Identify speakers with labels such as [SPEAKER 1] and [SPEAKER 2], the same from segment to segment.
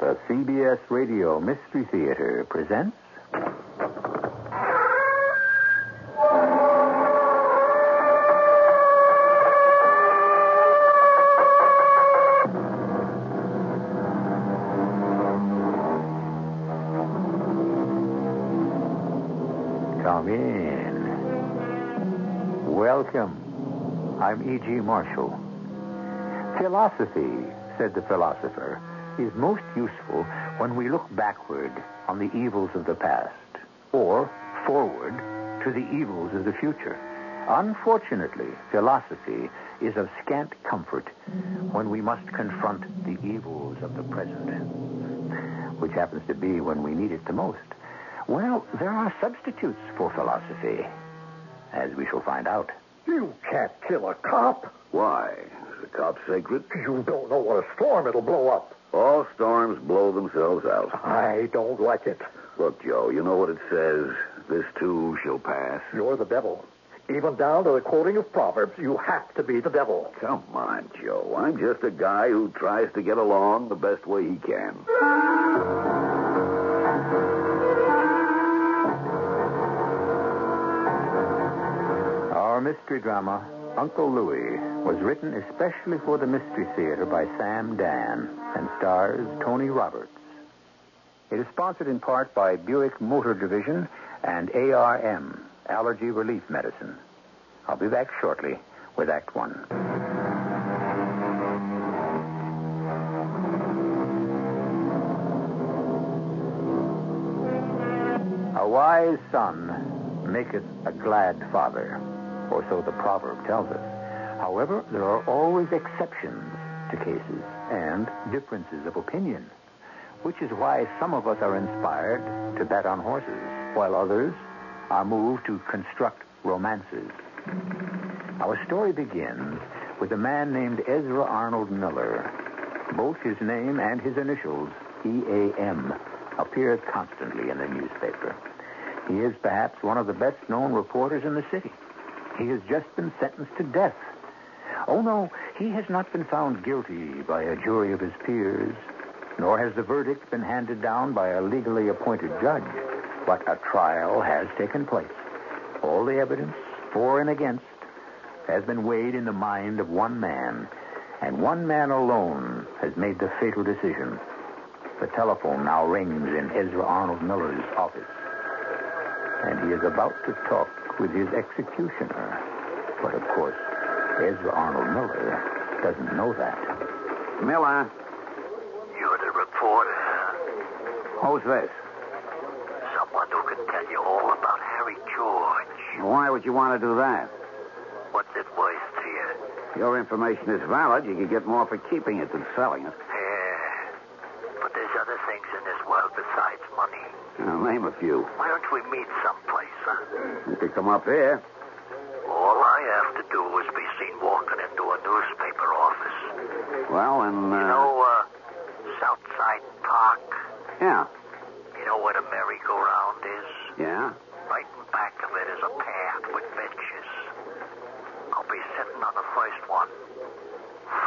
[SPEAKER 1] The CBS Radio Mystery Theater presents. Come in. Welcome. I'm E.G. Marshall. Philosophy, said the philosopher, is most useful when we look backward on the evils of the past or forward to the evils of the future. Unfortunately, philosophy is of scant comfort when we must confront the evils of the present, which happens to be when we need it the most. Well, there are substitutes for philosophy, as we shall find out.
[SPEAKER 2] You can't kill a cop.
[SPEAKER 3] Why? Is the cop sacred?
[SPEAKER 2] You don't know what a storm it'll blow up.
[SPEAKER 3] All storms blow themselves out.
[SPEAKER 2] I don't like it.
[SPEAKER 3] Look, Joe, you know what it says. This too shall pass.
[SPEAKER 2] You're the devil. Even down to the quoting of Proverbs, you have to be the devil.
[SPEAKER 3] Come on, Joe. I'm just a guy who tries to get along the best way he can.
[SPEAKER 1] Our mystery drama, Uncle Louie, was written especially for the Mystery Theater by Sam Dan and stars Tony Roberts. It is sponsored in part by Buick Motor Division and ARM, Allergy Relief Medicine. I'll be back shortly with Act One. A wise son maketh a glad father, or so the proverb tells us. However, there are always exceptions to cases and differences of opinion, which is why some of us are inspired to bet on horses, while others are moved to construct romances. Our story begins with a man named Ezra Arnold Miller. Both his name and his initials, EAM, appear constantly in the newspaper. He is perhaps one of the best known reporters in the city. He has just been sentenced to death. Oh, no, he has not been found guilty by a jury of his peers, nor has the verdict been handed down by a legally appointed judge. But a trial has taken place. All the evidence, for and against, has been weighed in the mind of one man, and one man alone has made the fatal decision. The telephone now rings in Ezra Arnold Miller's office, and he is about to talk with his executioner. But of course, Ezra Arnold Miller doesn't know that.
[SPEAKER 3] Miller,
[SPEAKER 4] You're the reporter, huh?
[SPEAKER 3] who's this?
[SPEAKER 4] Someone who can tell you all about Harry George.
[SPEAKER 3] Why would you want to do that?
[SPEAKER 4] What's it worth to you?
[SPEAKER 3] Your information is valid. You could get more for keeping it than selling it.
[SPEAKER 4] Yeah. But there's other things in this world besides money.
[SPEAKER 3] Now, name a few.
[SPEAKER 4] Why don't we meet someplace, huh?
[SPEAKER 3] You could come up here.
[SPEAKER 4] All I have to do is be seen walking into a newspaper office.
[SPEAKER 3] Well, and, uh...
[SPEAKER 4] You know, uh, Southside Park?
[SPEAKER 3] Yeah.
[SPEAKER 4] You know where the merry-go-round is?
[SPEAKER 3] Yeah?
[SPEAKER 4] Right in back of it is a path with benches. I'll be sitting on the first one.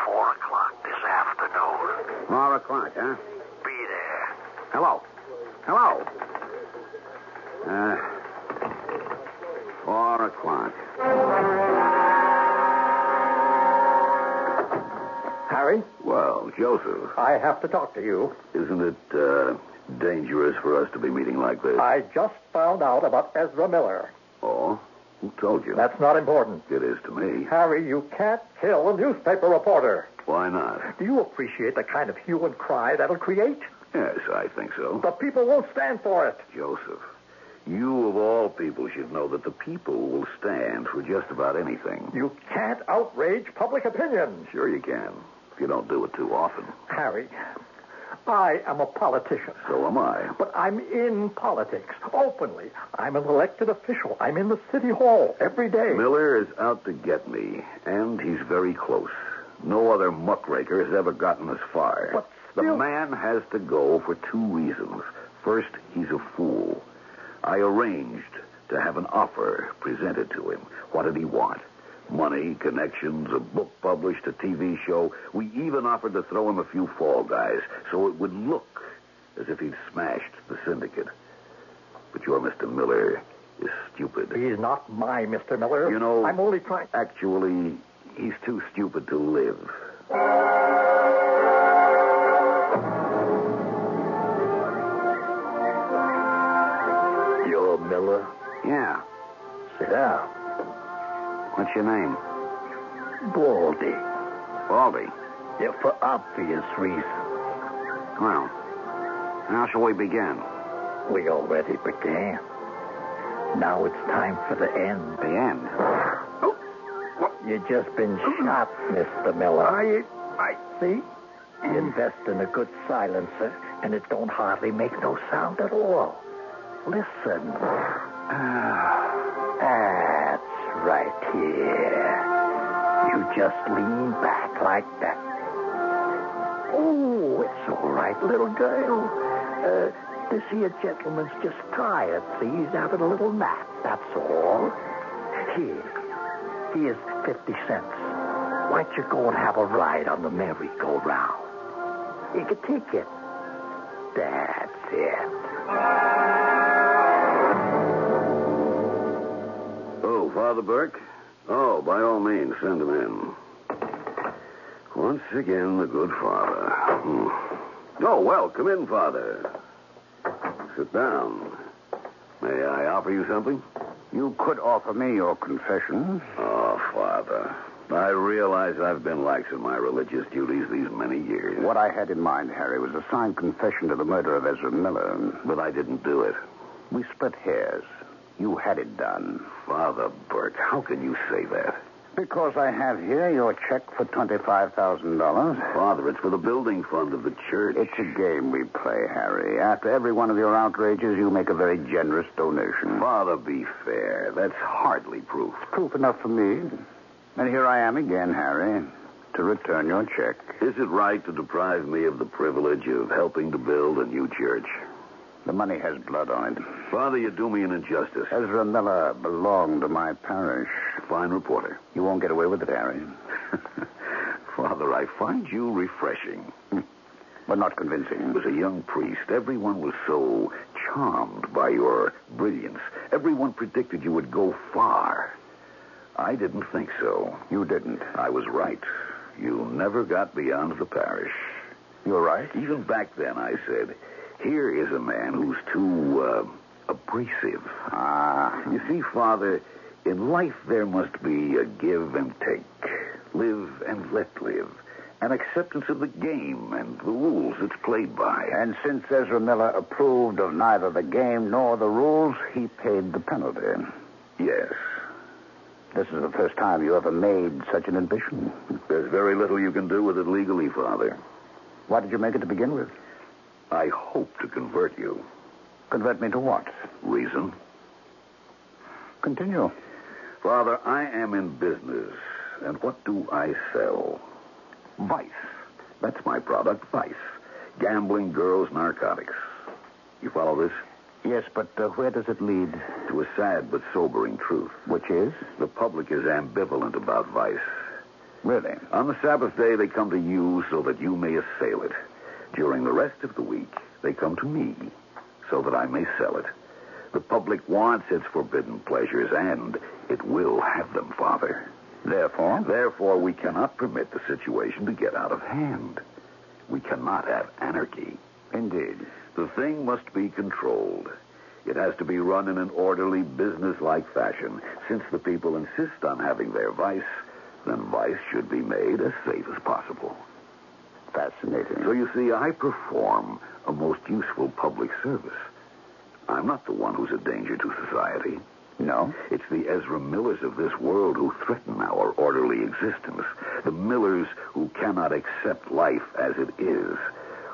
[SPEAKER 4] Four o'clock this afternoon.
[SPEAKER 3] Four o'clock, huh?
[SPEAKER 4] Be there.
[SPEAKER 3] Hello. Hello. Uh, four o'clock.
[SPEAKER 2] Harry,
[SPEAKER 3] Well, Joseph,
[SPEAKER 2] I have to talk to you.
[SPEAKER 3] isn't it uh, dangerous for us to be meeting like this?
[SPEAKER 2] I just found out about Ezra Miller.
[SPEAKER 3] Oh, who told you?
[SPEAKER 2] That's not important.
[SPEAKER 3] It is to me.
[SPEAKER 2] Harry, you can't kill a newspaper reporter.
[SPEAKER 3] Why not?
[SPEAKER 2] Do you appreciate the kind of hue and cry that'll create?
[SPEAKER 3] Yes, I think so.
[SPEAKER 2] The people won't stand for it.
[SPEAKER 3] Joseph, you of all people should know that the people will stand for just about anything.
[SPEAKER 2] You can't outrage public opinion.
[SPEAKER 3] Sure you can, if you don't do it too often.
[SPEAKER 2] Harry, I am a politician.
[SPEAKER 3] So am I.
[SPEAKER 2] But I'm in politics, openly. I'm an elected official. I'm in the city hall every day.
[SPEAKER 3] Miller is out to get me, and he's very close. No other muckraker has ever gotten this far.
[SPEAKER 2] But
[SPEAKER 3] The
[SPEAKER 2] still-
[SPEAKER 3] man has to go for two reasons. First, he's a fool. I arranged to have an offer presented to him. What did he want? Money, connections, a book published, a TV show. We even offered to throw him a few fall guys so it would look as if he'd smashed the syndicate. But your Mr. Miller is stupid.
[SPEAKER 2] He's not my Mr. Miller.
[SPEAKER 3] You know-
[SPEAKER 2] I'm only trying.
[SPEAKER 3] Actually, he's too stupid to live.
[SPEAKER 2] You're Miller?
[SPEAKER 3] Yeah.
[SPEAKER 2] Sit down.
[SPEAKER 3] What's your name?
[SPEAKER 2] Baldy.
[SPEAKER 3] Baldy.
[SPEAKER 2] Yeah, for obvious reasons.
[SPEAKER 3] Well, how shall we begin?
[SPEAKER 2] We already began. Now it's time for the end.
[SPEAKER 3] The end.
[SPEAKER 2] You've just been shot, Mr. Miller. I, I see. You invest in a good silencer, and it don't hardly make no sound at all. Listen. That's right here. You just lean back like that. Oh, it's all right, little girl. Uh, this here gentleman's just tired, see? He's having a little nap, that's all. Here, Here's 50 cents. Why don't you go and have a ride on the merry-go-round? You can take it. That's it.
[SPEAKER 3] Oh, Father Burke? Oh, by all means, send him in. Once again, the good father. Hmm. Oh, well, come in, Father. Sit down. May I offer you something?
[SPEAKER 5] You could offer me your confession.
[SPEAKER 3] Oh, Father. I realize I've been lax in my religious duties these many years.
[SPEAKER 5] What I had in mind, Harry, was a signed confession to the murder of Ezra Miller.
[SPEAKER 3] But I didn't do it.
[SPEAKER 5] We split hairs. You had it done.
[SPEAKER 3] Father Burke, how can you say that?
[SPEAKER 5] Because I have here your check for $25,000.
[SPEAKER 3] Father, it's for the building fund of the church.
[SPEAKER 5] It's a game we play, Harry. After every one of your outrages, you make a very generous donation.
[SPEAKER 3] Father, be fair. That's hardly proof.
[SPEAKER 5] Proof enough for me. And here I am again, Harry, to return your check.
[SPEAKER 3] Is it right to deprive me of the privilege of helping to build a new church?
[SPEAKER 5] The money has blood on it.
[SPEAKER 3] Father, you do me an injustice.
[SPEAKER 5] Ezra Miller belonged to my parish.
[SPEAKER 3] Fine reporter.
[SPEAKER 5] You won't get away with it, Harry.
[SPEAKER 3] Father, I find you refreshing.
[SPEAKER 5] But not
[SPEAKER 3] He
[SPEAKER 5] convincing.
[SPEAKER 3] was a young priest. Everyone was so charmed by your brilliance. Everyone predicted you would go far. I didn't think so.
[SPEAKER 5] You didn't.
[SPEAKER 3] I was right. You never got beyond the parish.
[SPEAKER 5] You're right.
[SPEAKER 3] Even back then, I said, here is a man who's too uh, abrasive.
[SPEAKER 5] Ah,
[SPEAKER 3] You see, Father, in life there must be a give and take, live and let live, an acceptance of the game and the rules it's played by.
[SPEAKER 5] And since Ezra Miller approved of neither the game nor the rules, he paid the penalty.
[SPEAKER 3] yes,
[SPEAKER 5] This is the first time you ever made such an ambition.
[SPEAKER 3] there's very little you can do with it legally, Father.
[SPEAKER 5] Why did you make it to begin with?
[SPEAKER 3] I hope to convert you.
[SPEAKER 5] Convert me to what?
[SPEAKER 3] Reason?
[SPEAKER 5] Continue.
[SPEAKER 3] Father, I am in business, and what do I sell? Vice. That's my product, vice. Gambling, girls, narcotics. You follow this?
[SPEAKER 5] Yes, but uh, where does it lead?
[SPEAKER 3] To a sad but sobering truth.
[SPEAKER 5] Which is?
[SPEAKER 3] The public is ambivalent about vice.
[SPEAKER 5] Really?
[SPEAKER 3] On the Sabbath day, they come to you so that you may assail it. During the rest of the week, they come to me so that I may sell it. The public wants its forbidden pleasures, and it will have them, Father.
[SPEAKER 5] Therefore?
[SPEAKER 3] Therefore, we cannot permit the situation to get out of hand. We cannot have anarchy.
[SPEAKER 5] Indeed.
[SPEAKER 3] The thing must be controlled. It has to be run in an orderly, business-like fashion. Since the people insist on having their vice, then vice should be made as safe as possible.
[SPEAKER 5] Fascinating.
[SPEAKER 3] So you see, I perform a most useful public service. I'm not the one who's a danger to society.
[SPEAKER 5] No?
[SPEAKER 3] It's the Ezra Millers of this world who threaten our orderly existence. The Millers who cannot accept life as it is,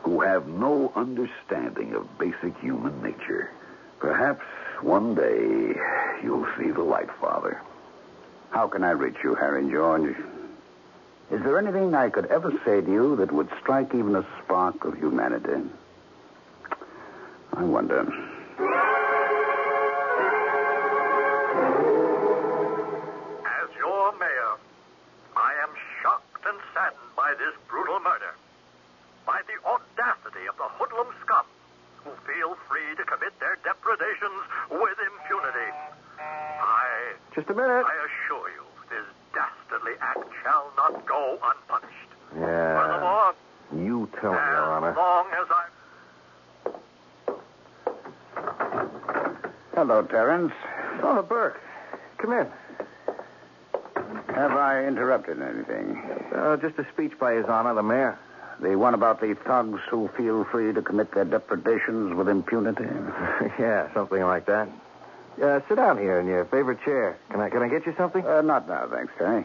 [SPEAKER 3] who have no understanding of basic human nature. Perhaps one day you'll see the light, Father.
[SPEAKER 5] How can I reach you, Harry George? Is there anything I could ever say to you that would strike even a spark of humanity? I wonder.
[SPEAKER 4] As your mayor, brutal murder by the audacity of the hoodlum scum who feel free to commit their depredations with impunity. I,
[SPEAKER 1] Just a minute.
[SPEAKER 4] I assure you, this dastardly act shall not go unpunished.
[SPEAKER 3] Uh,
[SPEAKER 1] Yeah.
[SPEAKER 4] Furthermore,
[SPEAKER 1] You tell me, Your Honor.
[SPEAKER 4] as long as I...
[SPEAKER 3] Hello, Terence.
[SPEAKER 1] Oh, Burke. Come in.
[SPEAKER 3] Have I interrupted anything?
[SPEAKER 1] Uh, just a speech by His Honor, the mayor.
[SPEAKER 3] The one about the thugs who feel free to commit their depredations with impunity?
[SPEAKER 1] yeah, something like that. Uh, sit down here in your favorite chair. Can I can I get you something?
[SPEAKER 3] Uh, not now, thanks, Terry.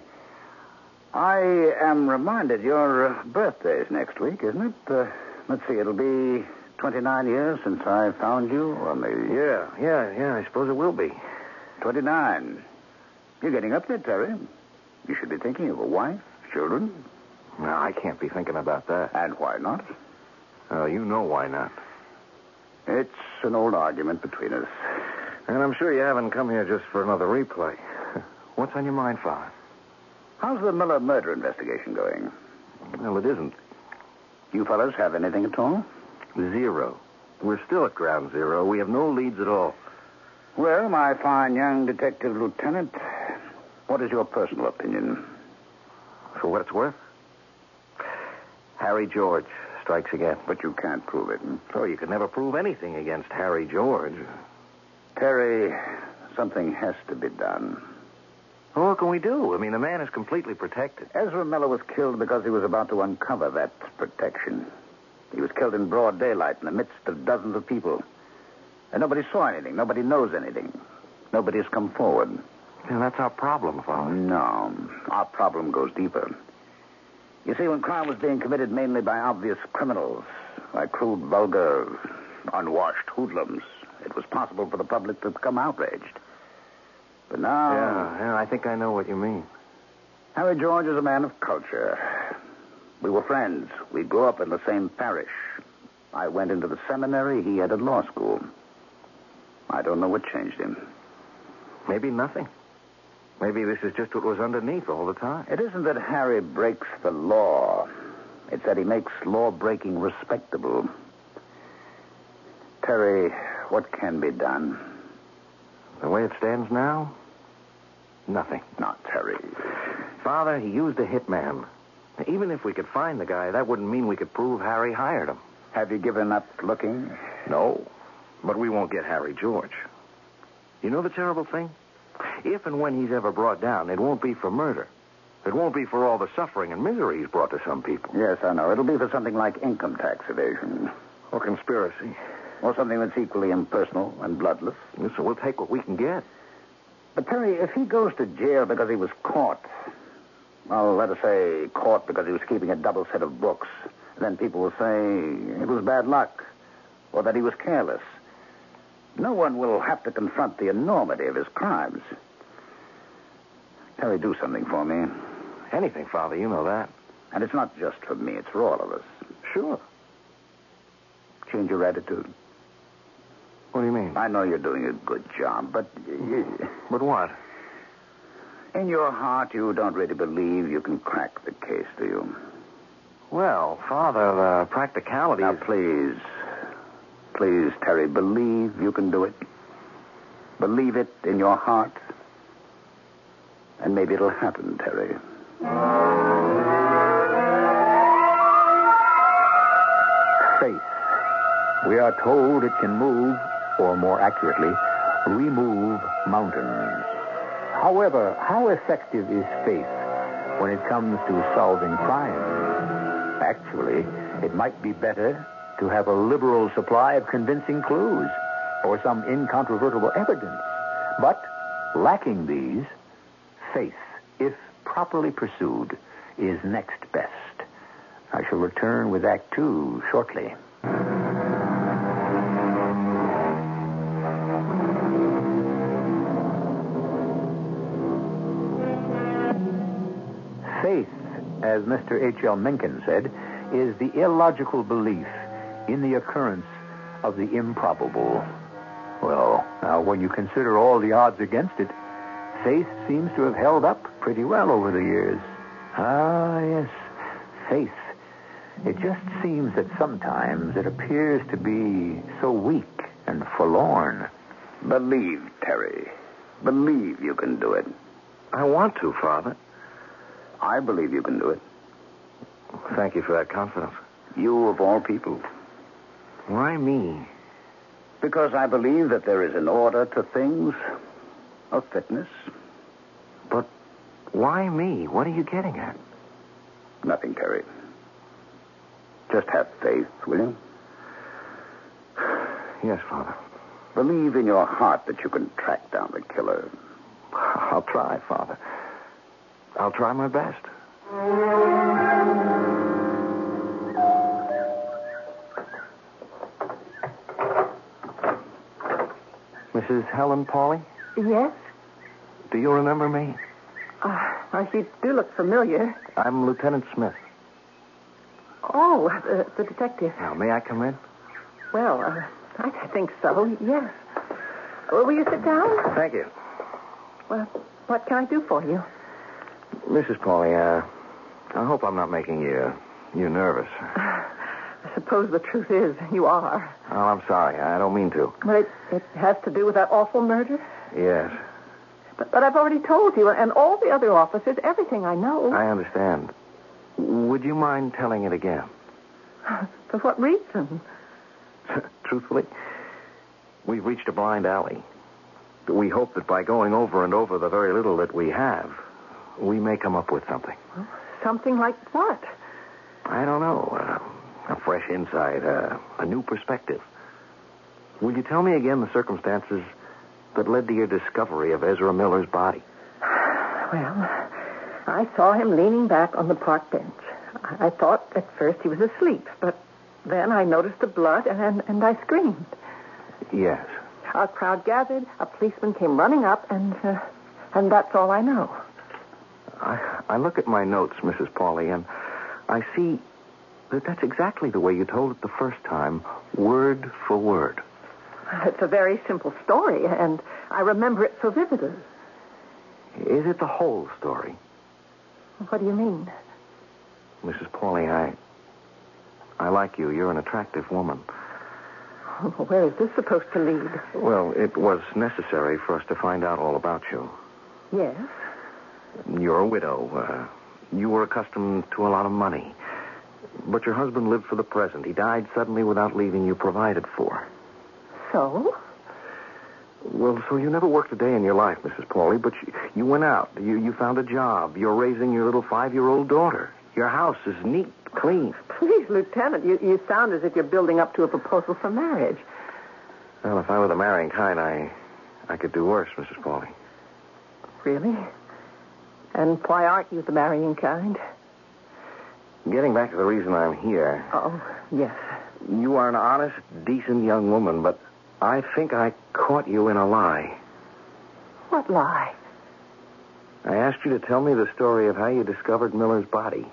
[SPEAKER 3] I am reminded your uh, birthday is next week, isn't it? Uh, let's see, it'll be 29 years since I found you, or maybe
[SPEAKER 1] yeah, yeah, yeah. I suppose it will be.
[SPEAKER 3] 29. You're getting up there, Terry. You should be thinking of a wife, children,
[SPEAKER 1] No, I can't be thinking about that.
[SPEAKER 3] and why not?
[SPEAKER 1] Oh, you know why not.
[SPEAKER 3] It's an old argument between us.
[SPEAKER 1] And I'm sure you haven't come here just for another replay. What's on your mind, Father?
[SPEAKER 3] How's the Miller murder investigation going?
[SPEAKER 1] Well, it isn't.
[SPEAKER 3] You fellas have anything at all?
[SPEAKER 1] Zero. We're still at ground zero. We have no leads at all.
[SPEAKER 3] Well, my fine young detective lieutenant, what is your personal opinion?
[SPEAKER 1] For what it's worth, Harry George strikes again.
[SPEAKER 3] But you can't prove it.
[SPEAKER 1] Oh, you could never prove anything against Harry George.
[SPEAKER 3] Terry, something has to be done.
[SPEAKER 1] Well, what can we do? I mean, the man is completely protected.
[SPEAKER 3] Ezra Miller was killed because he was about to uncover that protection. He was killed in broad daylight in the midst of dozens of people. And nobody saw anything. Nobody knows anything. Nobody has come forward.
[SPEAKER 1] And that's our problem, Father.
[SPEAKER 3] Oh, No, our problem goes deeper. You see, when crime was being committed mainly by obvious criminals, by crude, vulgar, unwashed hoodlums, it was possible for the public to become outraged. But now,
[SPEAKER 1] Yeah, yeah, I think I know what you mean.
[SPEAKER 3] Harry George is a man of culture. We were friends. We grew up in the same parish. I went into the seminary. He entered law school. I don't know what changed him.
[SPEAKER 1] Maybe nothing. Maybe this is just what was underneath all the time.
[SPEAKER 3] It isn't that Harry breaks the law. It's that he makes law breaking respectable. Terry, what can be done?
[SPEAKER 1] The way it stands now, nothing.
[SPEAKER 3] Not Terry.
[SPEAKER 1] Father, he used a hitman. Even if we could find the guy, that wouldn't mean we could prove Harry hired him.
[SPEAKER 3] Have you given up looking?
[SPEAKER 1] No, but we won't get Harry George. You know the terrible thing? If and when he's ever brought down, it won't be for murder. It won't be for all the suffering and misery he's brought to some people.
[SPEAKER 3] Yes, I know. It'll be for something like income tax evasion,
[SPEAKER 1] Or conspiracy.
[SPEAKER 3] or something that's equally impersonal and bloodless.
[SPEAKER 1] So we'll take what we can get.
[SPEAKER 3] But, Terry, if he goes to jail because he was caught, well, let us say caught because he was keeping a double set of books, then people will say it was bad luck or that he was careless. No one will have to confront the enormity of his crimes. Terry, do something for me.
[SPEAKER 1] Anything, Father, you know that.
[SPEAKER 3] And it's not just for me, it's for all of us.
[SPEAKER 1] Sure.
[SPEAKER 3] Change your attitude.
[SPEAKER 1] What do you mean?
[SPEAKER 3] I know you're doing a good job, but you-
[SPEAKER 1] But what?
[SPEAKER 3] in your heart, you don't really believe you can crack the case, do you?
[SPEAKER 1] Well, Father, the practicalities.
[SPEAKER 3] Now, please, please, Terry, believe you can do it. Believe it in your heart. And maybe it'll happen, Terry.
[SPEAKER 6] faith. We are told it can move, or more accurately, remove mountains. However, how effective is faith when it comes to solving crime? Actually, it might be better to have a liberal supply of convincing clues or some incontrovertible evidence. But lacking these, faith, if properly pursued, is next best. I shall return with Act Two shortly. Faith, as Mr. H.L. Mencken said, is the illogical belief in the occurrence of the improbable. Well, now, when you consider all the odds against it, faith seems to have held up pretty well over the years. Ah, yes, faith
[SPEAKER 5] It just seems that sometimes it appears to be so weak and forlorn.
[SPEAKER 2] Believe, Terry. Believe you can do it.
[SPEAKER 1] I want to, Father.
[SPEAKER 2] I believe you can do it.
[SPEAKER 1] Thank you for that confidence.
[SPEAKER 2] You, of all people.
[SPEAKER 1] Why me?
[SPEAKER 2] Because I believe that there is an order to things, a fitness.
[SPEAKER 1] But why me? What are you getting at?
[SPEAKER 2] Nothing, Terry. Just have faith, will you?
[SPEAKER 1] Yes, Father.
[SPEAKER 2] Believe in your heart that you can track down the killer.
[SPEAKER 1] I'll try, Father. I'll try my best. Mrs. Helen Pauley,
[SPEAKER 7] Yes?
[SPEAKER 1] do you remember me?
[SPEAKER 7] Ah, well, you do look familiar.
[SPEAKER 1] I'm Lieutenant Smith.
[SPEAKER 7] Oh, the, the detective.
[SPEAKER 1] Now, may I come in?
[SPEAKER 7] Well, uh, I think so, yes. Well, will you sit down?
[SPEAKER 1] Thank you.
[SPEAKER 7] Well, what can I do for you?
[SPEAKER 1] Mrs. Pauley, uh, I hope I'm not making you you nervous.
[SPEAKER 7] I suppose the truth is you are.
[SPEAKER 1] Oh, I'm sorry. I don't mean to.
[SPEAKER 7] But it, it has to do with that awful murder.
[SPEAKER 1] Yes,
[SPEAKER 7] But, but I've already told you, and all the other officers, everything I know.
[SPEAKER 1] I understand. Would you mind telling it again?
[SPEAKER 7] For what reason?
[SPEAKER 1] Truthfully, we've reached a blind alley. We hope that by going over and over the very little that we have, we may come up with something.
[SPEAKER 7] Something like what?
[SPEAKER 1] I don't know. Uh, a fresh insight, uh, a new perspective. Will you tell me again the circumstances that led to your discovery of Ezra Miller's body?
[SPEAKER 7] Well, I saw him leaning back on the park bench. I I thought at first he was asleep, but then I noticed the blood and, and I screamed.
[SPEAKER 1] Yes.
[SPEAKER 7] Our crowd gathered, a policeman came running up, and, uh, and that's all I know.
[SPEAKER 1] I, I look at my notes, Mrs. Pauley, and I see that that's exactly the way you told it the first time, word for word.
[SPEAKER 7] It's a very simple story, and I remember it so vividly.
[SPEAKER 1] Is it the whole story?
[SPEAKER 7] What do you mean?
[SPEAKER 1] Mrs. Pauley, I. I like you. You're an attractive woman.
[SPEAKER 7] Where is this supposed to lead?
[SPEAKER 1] Well, it was necessary for us to find out all about you.
[SPEAKER 7] Yes.
[SPEAKER 1] You're a widow. Uh, you were accustomed to a lot of money. But your husband lived for the present. He died suddenly without leaving you provided for.
[SPEAKER 7] So?
[SPEAKER 1] Well, so you never worked a day in your life, Mrs. Pauley, but you, you went out. You, you found a job. You're raising your little five year old daughter. Your house is neat, clean.
[SPEAKER 7] Please, Lieutenant, you, you sound as if you're building up to a proposal for marriage.
[SPEAKER 1] Well, if I were the marrying kind, I, I could do worse, Mrs. Pauley.
[SPEAKER 7] Really? And why aren't you the marrying kind?
[SPEAKER 1] Getting back to the reason I'm here, uh,
[SPEAKER 7] Oh, yes.
[SPEAKER 1] you are an honest, decent young woman, but I think I caught you in a lie.
[SPEAKER 7] What lie?
[SPEAKER 1] I asked you to tell me the story of how you discovered Miller's body.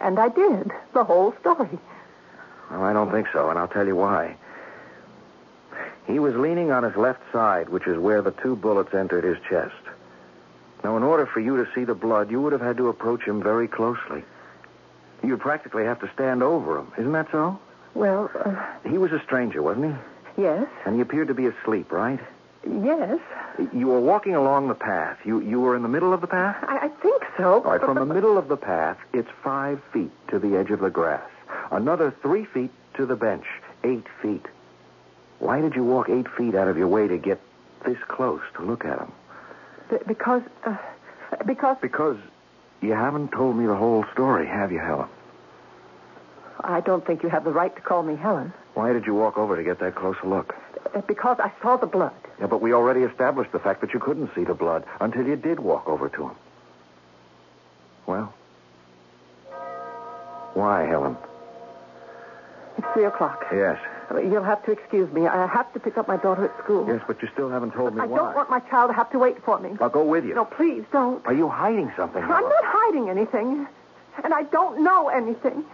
[SPEAKER 7] And I did. The whole story.
[SPEAKER 1] Well, I don't think so, and I'll tell you why. He was leaning on his left side, which is where the two bullets entered his chest. Now, in order for you to see the blood, you would have had to approach him very closely. You'd practically have to stand over him. Isn't that so?
[SPEAKER 7] Well, uh,
[SPEAKER 1] He was a stranger, wasn't he?
[SPEAKER 7] yes.
[SPEAKER 1] And he appeared to be asleep, right?
[SPEAKER 7] Yes.
[SPEAKER 1] You were walking along the path. You, you were in the middle of the path?
[SPEAKER 7] I, I think so.
[SPEAKER 1] All right, from the middle of the path, it's five feet to the edge of the grass. Another three feet to the bench. Eight feet. Why did you walk eight feet out of your way to get this close to look at him?
[SPEAKER 7] B- because, uh, because
[SPEAKER 1] Because you haven't told me the whole story, have you, Helen?
[SPEAKER 7] I don't think you have the right to call me Helen.
[SPEAKER 1] Why did you walk over to get that close a look?
[SPEAKER 7] Uh, Because I saw the blood.
[SPEAKER 1] Yeah, but we already established the fact that you couldn't see the blood until you did walk over to him. Well, why, Helen?
[SPEAKER 7] It's three o'clock. Uh,
[SPEAKER 1] Yes.
[SPEAKER 7] You'll have to excuse me. I have to pick up my daughter at school.
[SPEAKER 1] Yes, but you still haven't told me
[SPEAKER 7] I
[SPEAKER 1] why.
[SPEAKER 7] don't want my child to have to wait for me.
[SPEAKER 1] I'll go with you.
[SPEAKER 7] No, please don't.
[SPEAKER 1] Are you hiding something?
[SPEAKER 7] I'm not hiding anything, and I don't know anything.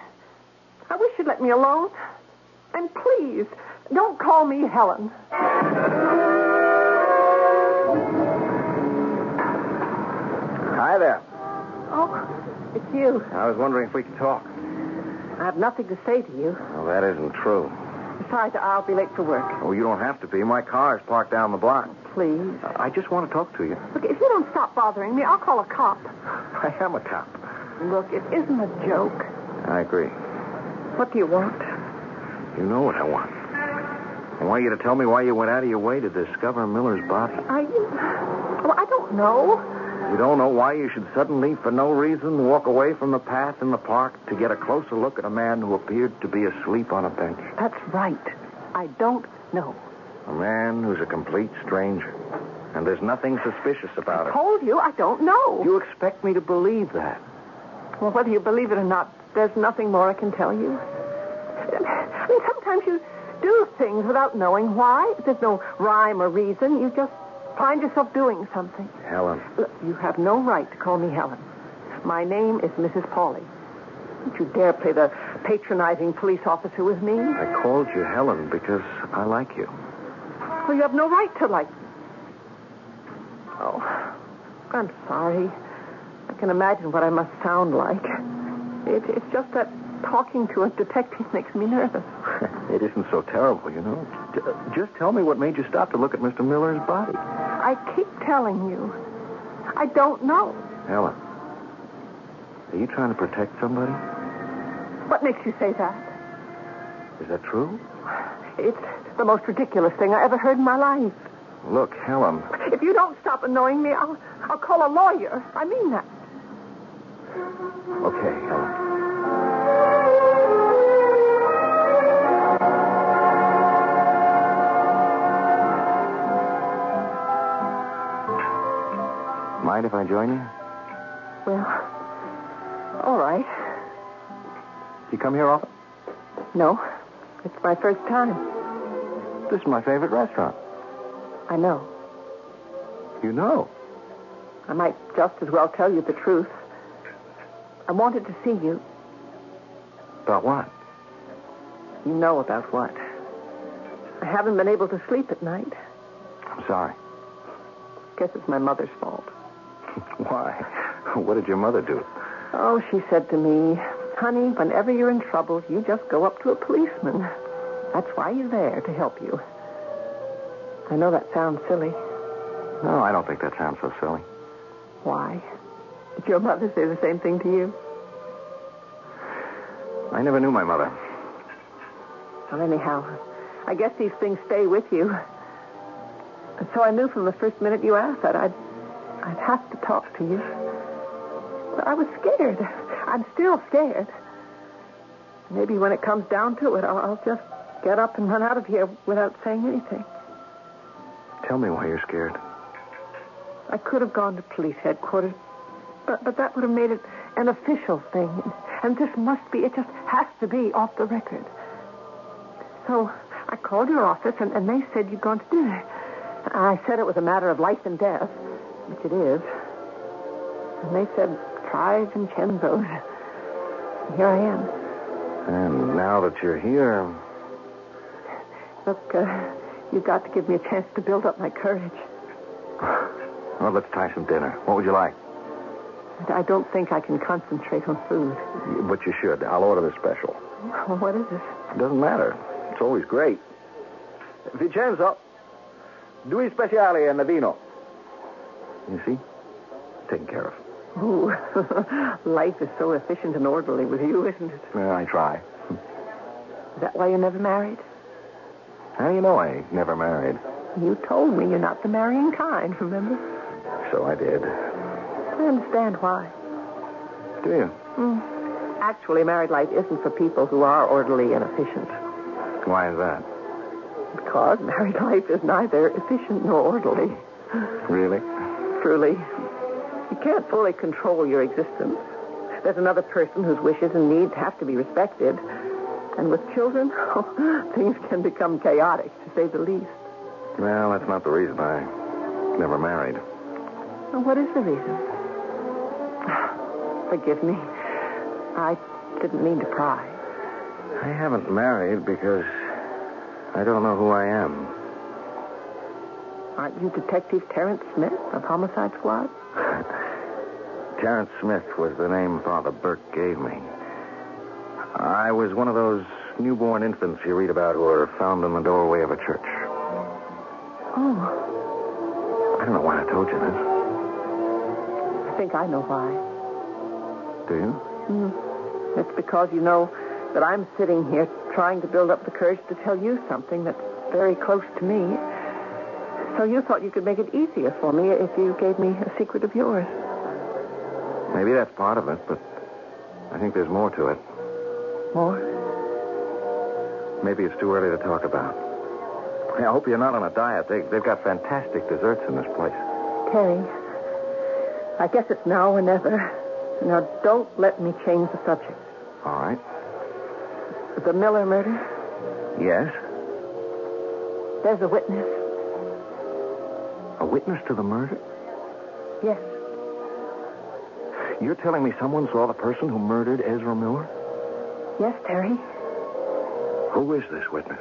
[SPEAKER 7] I wish you'd let me alone. And please, don't call me Helen.
[SPEAKER 1] Hi there.
[SPEAKER 7] Oh, it's you. Oh,
[SPEAKER 1] I was wondering if we could talk.
[SPEAKER 7] I have nothing to say to you.
[SPEAKER 1] Well, that isn't true.
[SPEAKER 7] Besides, I'll be late for work.
[SPEAKER 1] Oh, you don't have to be. My car's parked down the block.
[SPEAKER 7] Please.
[SPEAKER 1] I just want to talk to you.
[SPEAKER 7] Look, if you don't stop bothering me, I'll call a cop.
[SPEAKER 1] I am a cop.
[SPEAKER 7] Look, it isn't a joke.
[SPEAKER 1] I agree.
[SPEAKER 7] What do you want?
[SPEAKER 1] You know what I want. I want you to tell me why you went out of your way to discover Miller's body.
[SPEAKER 7] I. Well, I don't know.
[SPEAKER 1] You don't know why you should suddenly, for no reason, walk away from the path in the park to get a closer look at a man who appeared to be asleep on a bench.
[SPEAKER 7] That's right. I don't know.
[SPEAKER 1] A man who's a complete stranger. And there's nothing suspicious about him.
[SPEAKER 7] Told you, I don't know.
[SPEAKER 1] You expect me to believe that?
[SPEAKER 7] Well, whether you believe it or not, there's nothing more I can tell you. I mean, sometimes you do things without knowing why. There's no rhyme or reason. You just find yourself doing something.
[SPEAKER 1] Helen,
[SPEAKER 7] Look, you have no right to call me Helen. My name is Mrs. Pauley. Don't you dare play the patronizing police officer with me. Well,
[SPEAKER 1] I called you Helen because I like you.
[SPEAKER 7] you have no right to like. Oh, I'm sorry. I can imagine what I must sound like. It, it's just that talking to a detective makes me nervous.
[SPEAKER 1] it isn't so terrible, you know. J- just tell me what made you stop to look at Mr. Miller's body.
[SPEAKER 7] I keep telling you, I don't know.
[SPEAKER 1] Helen, are you trying to protect somebody?
[SPEAKER 7] What makes you say that?
[SPEAKER 1] Is that true?
[SPEAKER 7] It's the most ridiculous thing I ever heard in my life.
[SPEAKER 1] Look, Helen,
[SPEAKER 7] If you don't stop annoying me, I'll, I'll call a lawyer. I mean that.
[SPEAKER 1] Okay, Helen. Mind if I join you?
[SPEAKER 7] Well, all right.
[SPEAKER 1] You come here often?
[SPEAKER 7] No, it's my first time.
[SPEAKER 1] This is my favorite restaurant.
[SPEAKER 7] I know.
[SPEAKER 1] You know.
[SPEAKER 7] I might just as well tell you the truth. I wanted to see you.
[SPEAKER 1] About what?
[SPEAKER 7] You know about what? I haven't been able to sleep at night.
[SPEAKER 1] I'm sorry.
[SPEAKER 7] Guess it's my mother's fault.
[SPEAKER 1] Why? What did your mother do?
[SPEAKER 7] Oh, she said to me, honey, whenever you're in trouble, you just go up to a policeman. That's why you're there, to help you. I know that sounds silly.
[SPEAKER 1] No, I don't think that sounds so silly.
[SPEAKER 7] Why? Did your mother say the same thing to you?
[SPEAKER 1] I never knew my mother.
[SPEAKER 7] Well, anyhow, I guess these things stay with you. And so I knew from the first minute you asked that I'd, I'd have to talk to you. But I was scared. I'm still scared. Maybe when it comes down to it, I'll, I'll just get up and run out of here without saying anything.
[SPEAKER 1] Tell me why you're scared.
[SPEAKER 7] I could have gone to police headquarters, but, but that would have made it an official thing. And this must be, it just has to be off the record. So I called your office, and, and they said you'd gone to dinner. I said it was a matter of life and death, which it is. And they said, try Vincenzo's. And Here I am.
[SPEAKER 1] And now that you're here,
[SPEAKER 7] Look, uh, you've got to give me a chance to build up my courage.
[SPEAKER 1] well, let's try some dinner. What would you like?
[SPEAKER 7] And I don't think I can concentrate on food.
[SPEAKER 1] But you should. I'll order the special.
[SPEAKER 7] What is it?
[SPEAKER 1] It doesn't matter. It's always great. Vincenzo, due speciali and vino. You see? Taken care of.
[SPEAKER 7] Ooh, life is so efficient and orderly with you, isn't it?
[SPEAKER 1] Well, I try.
[SPEAKER 7] Is that why you're never married?
[SPEAKER 1] How do you know I never married?
[SPEAKER 7] You told me you're not the marrying kind, remember?
[SPEAKER 1] So I did.
[SPEAKER 7] I understand why. Hmm.
[SPEAKER 1] Do you?
[SPEAKER 7] Actually, married life isn't for people who are orderly and efficient,
[SPEAKER 1] Why is that?
[SPEAKER 7] because married life is neither efficient nor orderly.
[SPEAKER 1] Really?
[SPEAKER 7] Truly, you can't fully control your existence. There's another person whose wishes and needs have to be respected. And with children, things can become chaotic, to say the least.
[SPEAKER 1] Well, that's not the reason I never married.
[SPEAKER 7] Well, What is the reason? Forgive me. I didn't mean to pry.
[SPEAKER 1] I haven't married because I don't know who I am.
[SPEAKER 7] Aren't you Detective Terrence Smith of Homicide Squad?
[SPEAKER 1] Terrence Smith was the name Father Burke gave me. I was one of those newborn infants you read about who are found in the doorway of a church.
[SPEAKER 7] Oh,
[SPEAKER 1] I don't know why I told you this.
[SPEAKER 7] I think I know why.
[SPEAKER 1] Do you?
[SPEAKER 7] It's because you know that I'm sitting here trying to build up the courage to tell you something that's very close to me. So you thought you could make it easier for me if you gave me a secret of yours.
[SPEAKER 1] Maybe that's part of it, but I think there's more to it.
[SPEAKER 7] More?
[SPEAKER 1] Maybe it's too early to talk about. Hey, I hope you're not on a diet. They, they've got fantastic desserts in this place.
[SPEAKER 7] Terry, I guess it's now or never. Now, don't let me change the subject.
[SPEAKER 1] All right.
[SPEAKER 7] The Miller murder,
[SPEAKER 1] Yes?
[SPEAKER 7] there's a witness.
[SPEAKER 1] A witness to the murder?
[SPEAKER 7] Yes,
[SPEAKER 1] You're telling me someone saw the person who murdered Ezra Miller?
[SPEAKER 7] yes, Terry.
[SPEAKER 1] Who is this witness?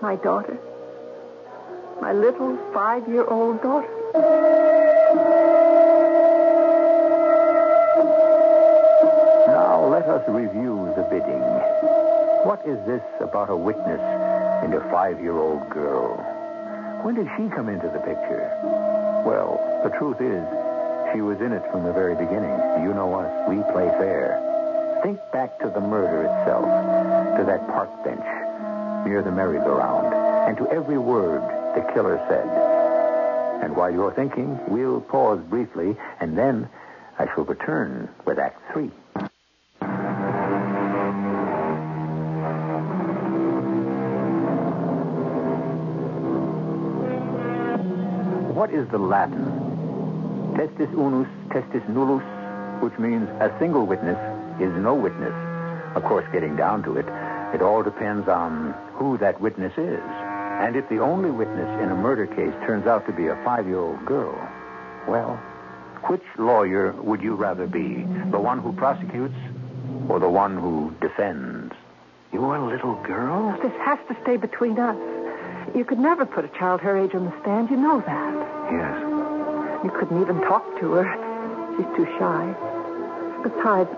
[SPEAKER 7] My daughter. My little five year old daughter.
[SPEAKER 3] Now let us review the bidding. What is this about a witness and a five-year-old girl? When did she come into the picture? Well, the truth is, she was in it from the very beginning. You know us. We play fair. Think back to the murder itself, to that park bench near the merry-go-round, and to every word the killer said. And while you're thinking, we'll pause briefly, and then I shall return with Act Three. What is the Latin? Testis unus, testis nullus, which means a single witness is no witness. Of course, getting down to it, it all depends on who that witness is. And if the only witness in a murder case turns out to be a five-year-old girl, well, which lawyer would you rather be? The one who prosecutes or the one who defends? Your little girl?
[SPEAKER 7] This has to stay between us. You could never put a child her age on the stand. You know that.
[SPEAKER 1] Yes.
[SPEAKER 7] You couldn't even talk to her. She's too shy. Besides,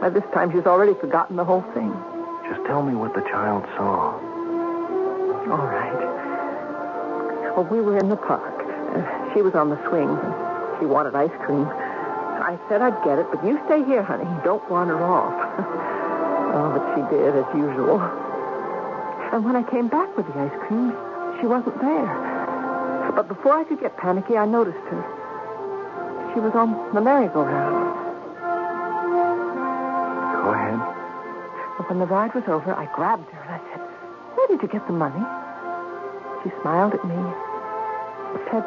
[SPEAKER 7] by this time she's already forgotten the whole thing.
[SPEAKER 1] Just tell me what the child saw.
[SPEAKER 7] All right. Well, we were in the park. Uh, She was on the swing. She wanted ice cream. I said I'd get it, but you stay here, honey. Don't wander off. oh, but she did, as usual. And when I came back with the ice cream, she wasn't there. But before I could get panicky, I noticed her. She was on the merry-go-round.
[SPEAKER 1] Go ahead.
[SPEAKER 7] But when the ride was over, I grabbed her and I said, Where did you get the money? She smiled at me. Said,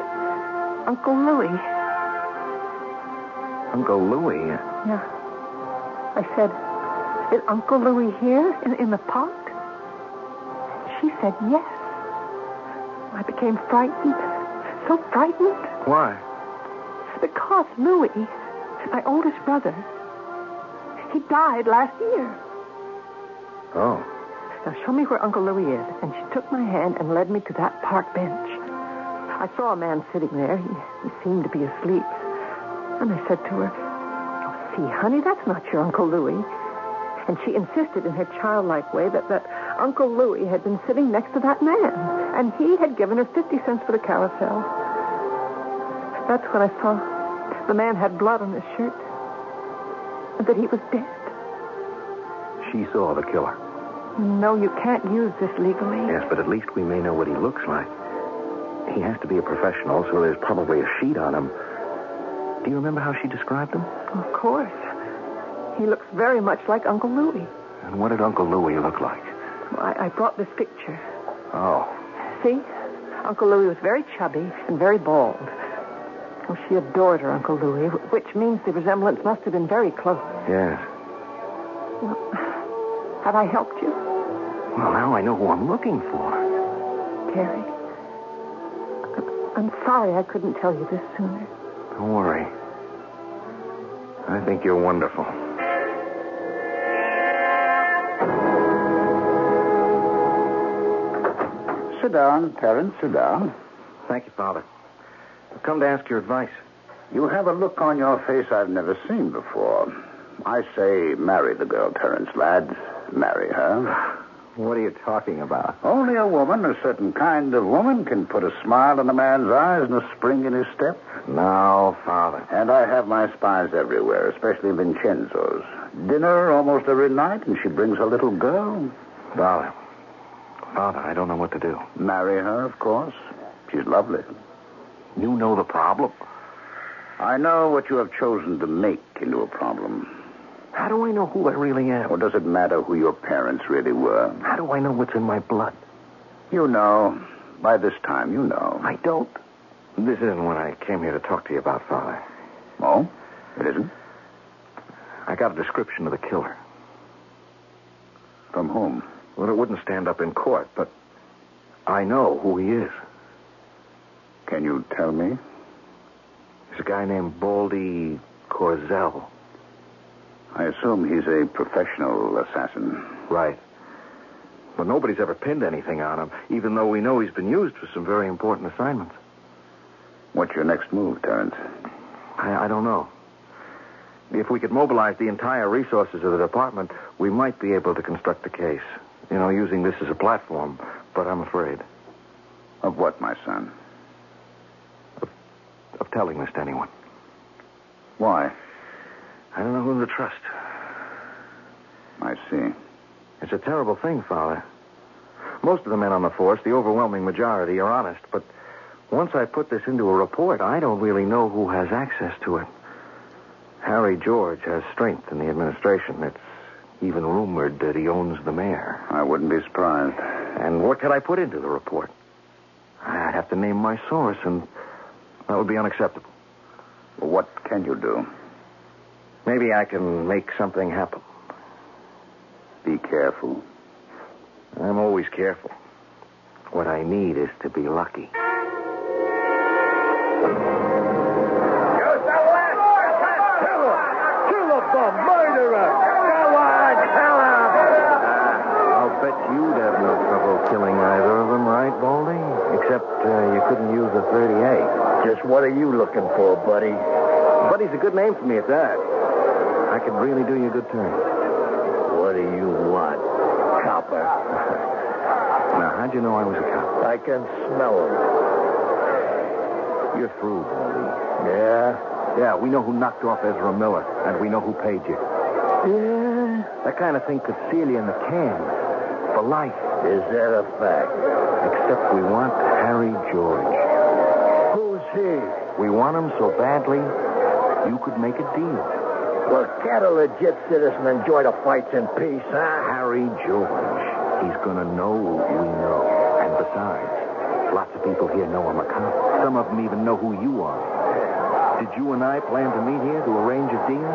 [SPEAKER 7] Uncle Louis.
[SPEAKER 1] Uncle Louis.
[SPEAKER 7] Yeah. I said, Is Uncle Louis here in, in the park? She said, Yes. I became frightened. So frightened.
[SPEAKER 1] Why?
[SPEAKER 7] Because Louis, my oldest brother, he died last year.
[SPEAKER 1] Oh.
[SPEAKER 7] Now show me where Uncle Louis is. And she took my hand and led me to that park bench. I saw a man sitting there. He, he seemed to be asleep. And I said to her, oh, see, honey, that's not your Uncle Louis. And she insisted in her childlike way that, that Uncle Louis had been sitting next to that man. And he had given her 50 cents for the carousel. That's when I saw the man had blood on his shirt. And that he was dead.
[SPEAKER 1] She saw the killer.
[SPEAKER 7] No, you can't use this legally.
[SPEAKER 1] Yes, but at least we may know what he looks like. He has to be a professional, so there's probably a sheet on him. Do you remember how she described him?
[SPEAKER 7] Of course. He looks very much like Uncle Louis.
[SPEAKER 1] And what did Uncle Louis look like?
[SPEAKER 7] I, I brought this picture.
[SPEAKER 1] Oh.
[SPEAKER 7] See? Uncle Louis was very chubby and very bald. Oh, she adored her Uncle Louis, wh- which means the resemblance must have been very close.
[SPEAKER 1] Yes.
[SPEAKER 7] Have I helped you,
[SPEAKER 1] Well, now I know who I'm looking for.
[SPEAKER 7] Terry? I- I'm sorry I couldn't tell you this sooner.
[SPEAKER 1] Don't worry. I think you're wonderful.
[SPEAKER 3] Sit down, Terence, sit down.
[SPEAKER 1] Thank you, Father. I've come to ask your advice.
[SPEAKER 3] You have a look on your face I've never seen before. I say marry the girl, Terence, lads. Marry her.
[SPEAKER 5] What are you talking about?
[SPEAKER 3] Only a woman, a certain kind of woman, can put a smile in a man's eyes and a spring in his step.
[SPEAKER 1] No, Father.
[SPEAKER 3] And I have my spies everywhere, especially Vincenzo's. Dinner almost every night, and she brings a little girl.
[SPEAKER 1] Father. Father, I don't know what to do.
[SPEAKER 3] Marry her, of course. She's lovely.
[SPEAKER 1] You know the problem.
[SPEAKER 3] I know what you have chosen to make into a problem.
[SPEAKER 1] How do I know who I really am?
[SPEAKER 3] Or does it matter who your parents really were?
[SPEAKER 1] How do I know what's in my blood?
[SPEAKER 3] You know. By this time, you know.
[SPEAKER 1] I don't. This isn't what I came here to talk to you about, Father.
[SPEAKER 3] Oh? It isn't?
[SPEAKER 1] I got a description of the killer.
[SPEAKER 3] From whom?
[SPEAKER 1] Well, it wouldn't stand up in court, but I know who he is.
[SPEAKER 3] Can you tell me?
[SPEAKER 1] He's a guy named Baldy Corzell.
[SPEAKER 3] I assume he's a professional assassin.
[SPEAKER 1] Right. But nobody's ever pinned anything on him, even though we know he's been used for some very important assignments.
[SPEAKER 3] What's your next move, Terence?
[SPEAKER 1] I, I don't know. If we could mobilize the entire resources of the department, we might be able to construct a case. You know, using this as a platform, but I'm afraid
[SPEAKER 3] Of what, my son?
[SPEAKER 1] of telling this to anyone.
[SPEAKER 3] Why?
[SPEAKER 1] I don't know whom to trust.
[SPEAKER 3] I see.
[SPEAKER 1] It's a terrible thing, Father. Most of the men on the force, the overwhelming majority, are honest, but once I put this into a report, I don't really know who has access to it. Harry George has strength in the administration. It's even rumored that he owns the mayor.
[SPEAKER 3] I wouldn't be surprised.
[SPEAKER 1] And what could I put into the report? I'd have to name my source, and that would be unacceptable.
[SPEAKER 3] What can you do?
[SPEAKER 1] Maybe I can make something happen.
[SPEAKER 3] Be careful.
[SPEAKER 1] I'm always careful. What I need is to be lucky. I'll bet you'd have no trouble killing either of them, right, Baldy? Except uh, you couldn't use a 38.
[SPEAKER 2] Just what are you looking for, buddy?
[SPEAKER 1] Buddy's a good name for me at that. I could really do you a good turn.
[SPEAKER 2] What do you want, copper?
[SPEAKER 1] Now, how'd you know I was a cop?
[SPEAKER 2] I can smell him.
[SPEAKER 1] You're through, Baldy.
[SPEAKER 2] Yeah?
[SPEAKER 1] Yeah, we know who knocked off Ezra Miller, and we know who paid you.
[SPEAKER 2] Yeah?
[SPEAKER 1] That kind of thing could seal you in the can for life.
[SPEAKER 2] Is that a fact?
[SPEAKER 1] Except we want Harry George.
[SPEAKER 2] Who's he?
[SPEAKER 1] We want him so badly, you could make a deal.
[SPEAKER 2] Well, can't a legit citizen enjoy the fights in peace, huh?
[SPEAKER 1] Harry George. He's going to know we know. And besides, lots of people here know I'm a cop. Some of them even know who you are. Did you and I plan to meet here to arrange a deal?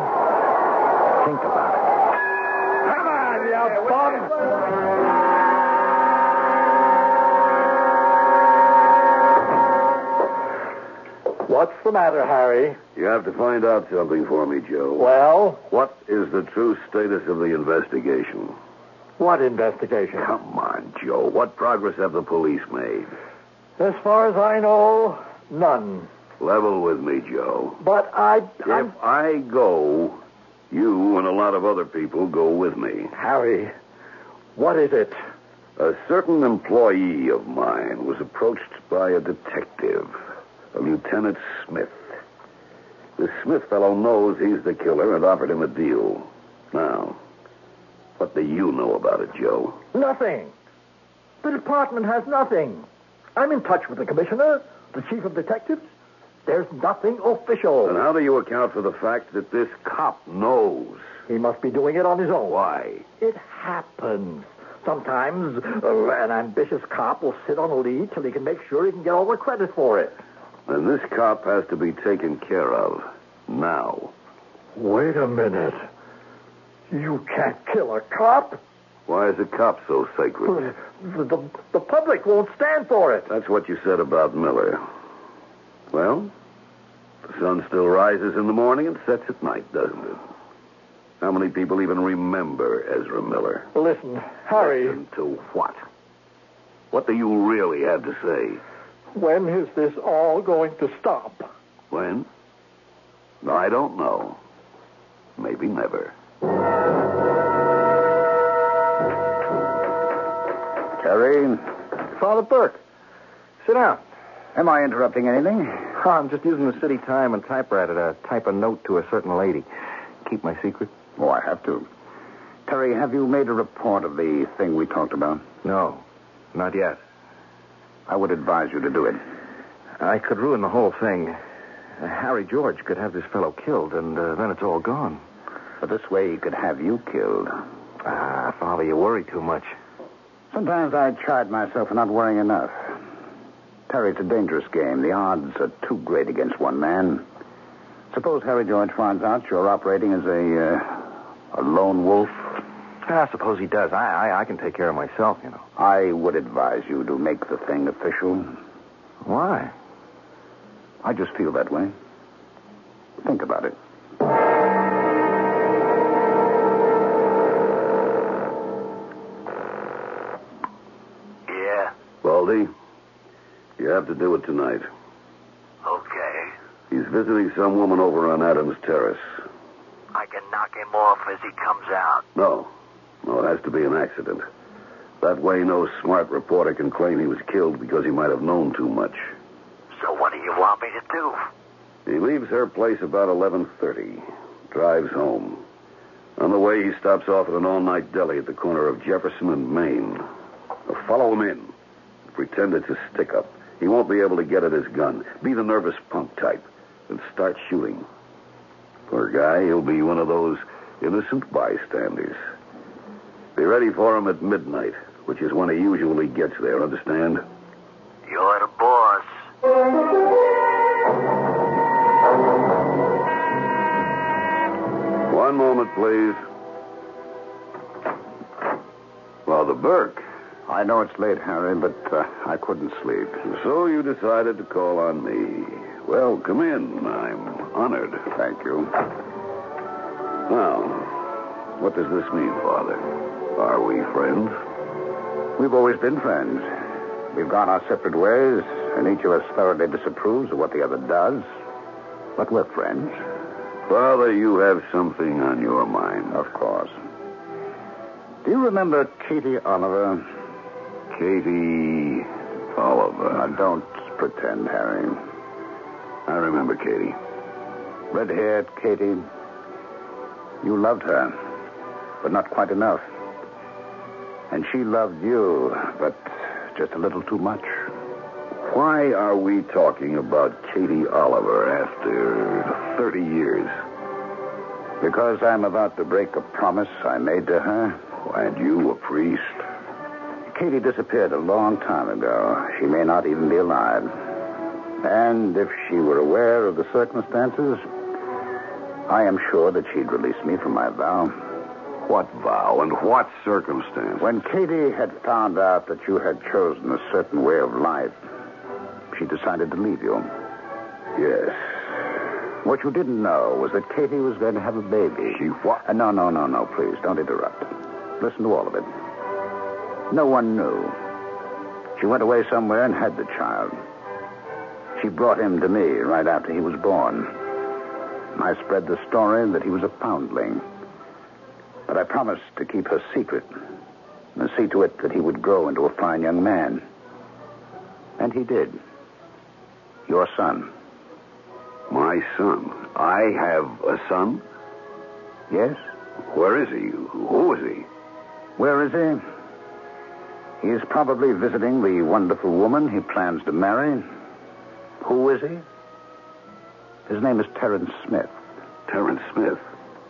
[SPEAKER 1] Think about it.
[SPEAKER 2] Come on, you bum! What's the matter, Harry?
[SPEAKER 3] You have to find out something for me, Joe.
[SPEAKER 2] Well,
[SPEAKER 3] What is the true status of the investigation?
[SPEAKER 2] what investigation?
[SPEAKER 3] Come on, Joe. What progress have the police made?
[SPEAKER 2] As far as I know, none.
[SPEAKER 3] Level with me, Joe.
[SPEAKER 2] But I. I'm...
[SPEAKER 3] If I go, you and a lot of other people go with me.
[SPEAKER 2] Harry, what is it?
[SPEAKER 3] A certain employee of mine was approached by a detective, a Lieutenant Smith. The Smith fellow knows he's the killer and offered him a deal. Now, what do you know about it, Joe?
[SPEAKER 2] Nothing. The department has nothing. I'm in touch with the commissioner, the chief of detectives. There's nothing
[SPEAKER 3] And
[SPEAKER 2] official.
[SPEAKER 3] how do you account for the fact that this cop knows?
[SPEAKER 2] He must be doing it on his own.
[SPEAKER 3] Why?
[SPEAKER 2] It happens. Sometimes uh, an ambitious cop will sit on a lead till he can make sure he can get all the credit for it.
[SPEAKER 3] Then this cop has to be taken care of now.
[SPEAKER 2] Wait a minute. You can't kill a cop.
[SPEAKER 3] Why is a cop so sacred?
[SPEAKER 2] The, the, the public won't stand for it.
[SPEAKER 3] That's what you said about Miller. Well, the sun still rises in the morning and sets at night, doesn't it? How many people even remember Ezra Miller?
[SPEAKER 2] Listen, Harry,
[SPEAKER 3] Listen to what? What do you really have to say?
[SPEAKER 2] when is this all going to stop?
[SPEAKER 3] When? I don't know. Maybe never. Terry.
[SPEAKER 1] Father Burke, sit down.
[SPEAKER 3] Am I interrupting anything?
[SPEAKER 1] Oh, I'm just using the city time and typewriter to type a note to a certain lady. Keep my secret?
[SPEAKER 3] Oh, I have to. Terry, have you made a report of the thing we talked about?
[SPEAKER 1] No, not yet.
[SPEAKER 3] I would advise you to do it.
[SPEAKER 1] I could ruin the whole thing. Uh, Harry George could have this fellow killed, and uh, then it's all gone.
[SPEAKER 3] But this way, he could have you killed.
[SPEAKER 1] Ah, Father, you worry too much.
[SPEAKER 3] Sometimes I chide myself for not worrying enough. Terry, it's a dangerous game. The odds are too great against one man. Suppose Harry George finds out you're operating as a uh, a lone wolf.
[SPEAKER 1] Ah, I suppose he does. I, I, I can take care of myself, you know.
[SPEAKER 3] I would advise you to make the thing official.
[SPEAKER 1] Why?
[SPEAKER 3] I just feel that way. Think about it.
[SPEAKER 4] Yeah,
[SPEAKER 8] Baldy, you have to do it tonight.
[SPEAKER 4] okay.
[SPEAKER 8] He's visiting some woman over on Adams Terrace.
[SPEAKER 4] I can knock him off as he comes out.
[SPEAKER 8] No, no, it has to be an accident. That way, no smart reporter can claim he was killed because he might have known too much.
[SPEAKER 4] So what do you want me to do?
[SPEAKER 8] He leaves her place about 11:30, drives home. On the way, he stops off at an all-night deli at the corner of Jefferson and Main. Now, follow him in. Pretend it's a stick-up. He won't be able to get at his gun. Be the nervous punk type and start shooting. Poor guy, he'll be one of those innocent bystanders. Be ready for him at midnight, which is when he usually gets there, understand?
[SPEAKER 4] You're the boss.
[SPEAKER 8] One moment, please. Father Burke.
[SPEAKER 3] I know it's late, Harry, but uh, I couldn't sleep.
[SPEAKER 8] So you decided to call on me. Well, come in. I'm honored. Thank you. Now, what does this mean, Father? Are we friends?
[SPEAKER 3] We've always been friends. We've gone our separate ways, and each of us thoroughly disapproves of what the other does. But we're friends,
[SPEAKER 8] Father, you have something on your mind.
[SPEAKER 3] of course. Do you remember Katie Oliver?
[SPEAKER 8] Katie
[SPEAKER 3] Now,
[SPEAKER 8] Oliver.
[SPEAKER 3] don't pretend, Harry.
[SPEAKER 8] I remember Katie.
[SPEAKER 3] Red haired Katie. You loved her, but not quite enough. And she loved you, but just a little too much.
[SPEAKER 8] Why are we talking about Katie Oliver after 30 years?
[SPEAKER 3] Because I'm about to break a promise I made to her.
[SPEAKER 8] And you, a priest?
[SPEAKER 3] Katie disappeared a long time ago. She may not even be alive. And if she were aware of the circumstances, I am sure that she'd release me from my vow.
[SPEAKER 8] What vow and what circumstance?
[SPEAKER 3] When Katie had found out that you had chosen a certain way of life, she decided to leave you.
[SPEAKER 8] Yes.
[SPEAKER 3] What you didn't know was that Katie was going to have a baby.
[SPEAKER 8] She what?
[SPEAKER 3] Uh, no, no, no, no, please, don't interrupt. Listen to all of it. No one knew. She went away somewhere and had the child. She brought him to me right after he was born. I spread the story that he was a foundling. But I promised to keep her secret and see to it that he would grow into a fine young man. And he did. Your son.
[SPEAKER 8] My son. I have a son?
[SPEAKER 3] Yes?
[SPEAKER 8] Where is he? Who is he?
[SPEAKER 3] Where is he? He is probably visiting the wonderful woman he plans to marry. Who is he? His name is Terence Smith.
[SPEAKER 8] Terrence Smith.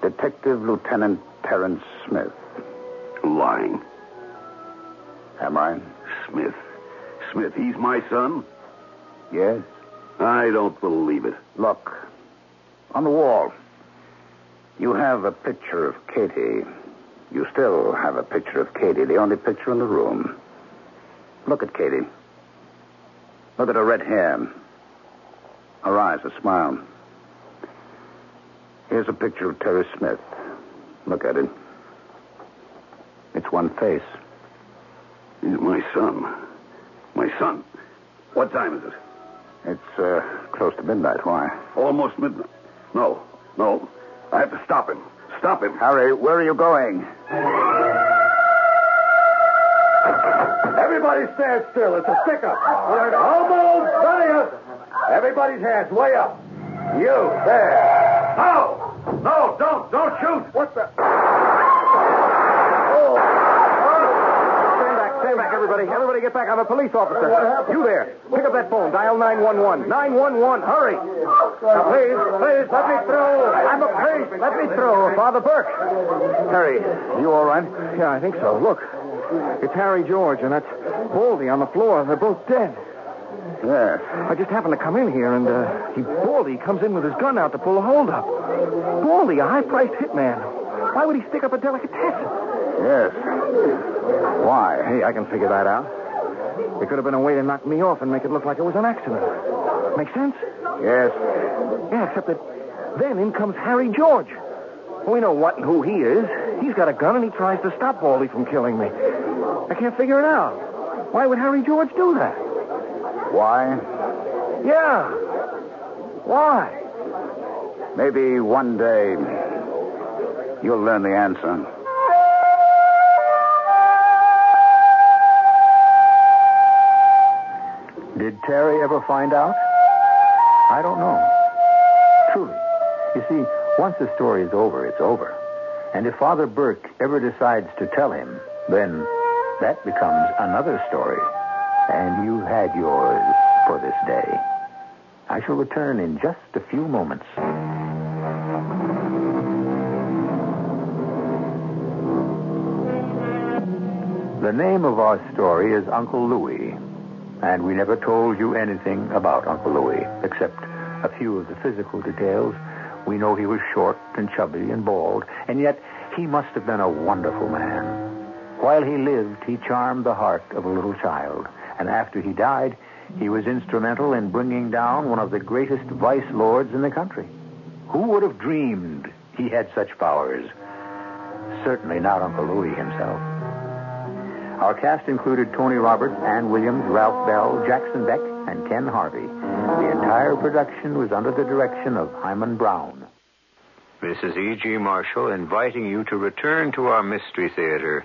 [SPEAKER 3] Detective Lieutenant Terence Smith.
[SPEAKER 8] Lying.
[SPEAKER 3] Am I?
[SPEAKER 8] Smith. Smith, he's my son?
[SPEAKER 3] Yes?
[SPEAKER 8] I don't believe it.
[SPEAKER 3] Look. On the wall. You have a picture of Katie. You still have a picture of Katie, the only picture in the room. Look at Katie. Look at her red hair. Her eyes, a smile. Here's a picture of Terry Smith. Look at it. It's one face.
[SPEAKER 8] He's my son. My son. What time is it?
[SPEAKER 3] It's uh, close to midnight. Why?
[SPEAKER 8] Almost midnight. No, no. I have to stop him. Stop him.
[SPEAKER 3] Harry, where are you going? Everybody stand still. It's a stick-up. We're almost running us. Everybody's hands way up. You, there. No! No, don't, don't shoot. What the? Oh! Stand back, stand back, everybody. Everybody get back. I'm a police officer. You there. Pick up that phone. Dial 911. 911. Hurry. Now, please, please, let me through. I'm a priest. Let me through. Father Burke. Harry, you all right?
[SPEAKER 1] Yeah, I think so. Look, it's Harry George and that's Baldy on the floor. They're both dead.
[SPEAKER 9] Yes.
[SPEAKER 1] I just happened to come in here, and uh, he Baldy comes in with his gun out to pull a holdup. Baldy, a high-priced hitman. Why would he stick up a delicatessen?
[SPEAKER 9] Yes. Why?
[SPEAKER 1] Hey, I can figure that out. It could have been a way to knock me off and make it look like it was an accident. Make sense?
[SPEAKER 9] Yes.
[SPEAKER 1] Yeah, except that then in comes Harry George. We know what and who he is. He's got a gun and he tries to stop Baldy from killing me. I can't figure it out. Why would Harry George do that?
[SPEAKER 9] Why?
[SPEAKER 1] Yeah. Why?
[SPEAKER 9] Maybe one day you'll learn the answer.
[SPEAKER 3] Did Terry ever find out? I don't know. Truly. You see, once the story is over, it's over. And if Father Burke ever decides to tell him, then that becomes another story. And you had yours for this day. I shall return in just a few moments. The name of our story is Uncle Louis, and we never told you anything about Uncle Louis except a few of the physical details. We know he was short and chubby and bald, and yet he must have been a wonderful man. While he lived, he charmed the heart of a little child, and after he died, he was instrumental in bringing down one of the greatest vice lords in the country. Who would have dreamed he had such powers? Certainly not Uncle Louis himself. Our cast included Tony Roberts, Ann Williams, Ralph Bell, Jackson Beck, and Ken Harvey. The entire production was under the direction of Hyman Brown.
[SPEAKER 10] This is E.G. E Marshall inviting you to return to our Mystery Theater